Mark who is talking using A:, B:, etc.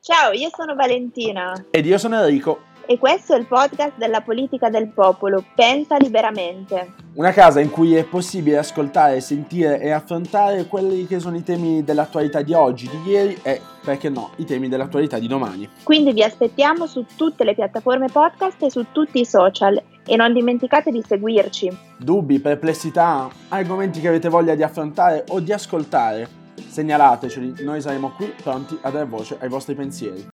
A: Ciao, io sono Valentina
B: Ed io sono Enrico.
A: e questo è il podcast della politica del popolo, Pensa liberamente.
B: Una casa in cui è possibile ascoltare, sentire e affrontare quelli che sono i temi dell'attualità di oggi, di ieri e, perché no, i temi dell'attualità di domani.
A: Quindi vi aspettiamo su tutte le piattaforme podcast e su tutti i social e non dimenticate di seguirci.
B: Dubbi, perplessità, argomenti che avete voglia di affrontare o di ascoltare, segnalateceli, noi saremo qui pronti a dare voce ai vostri pensieri.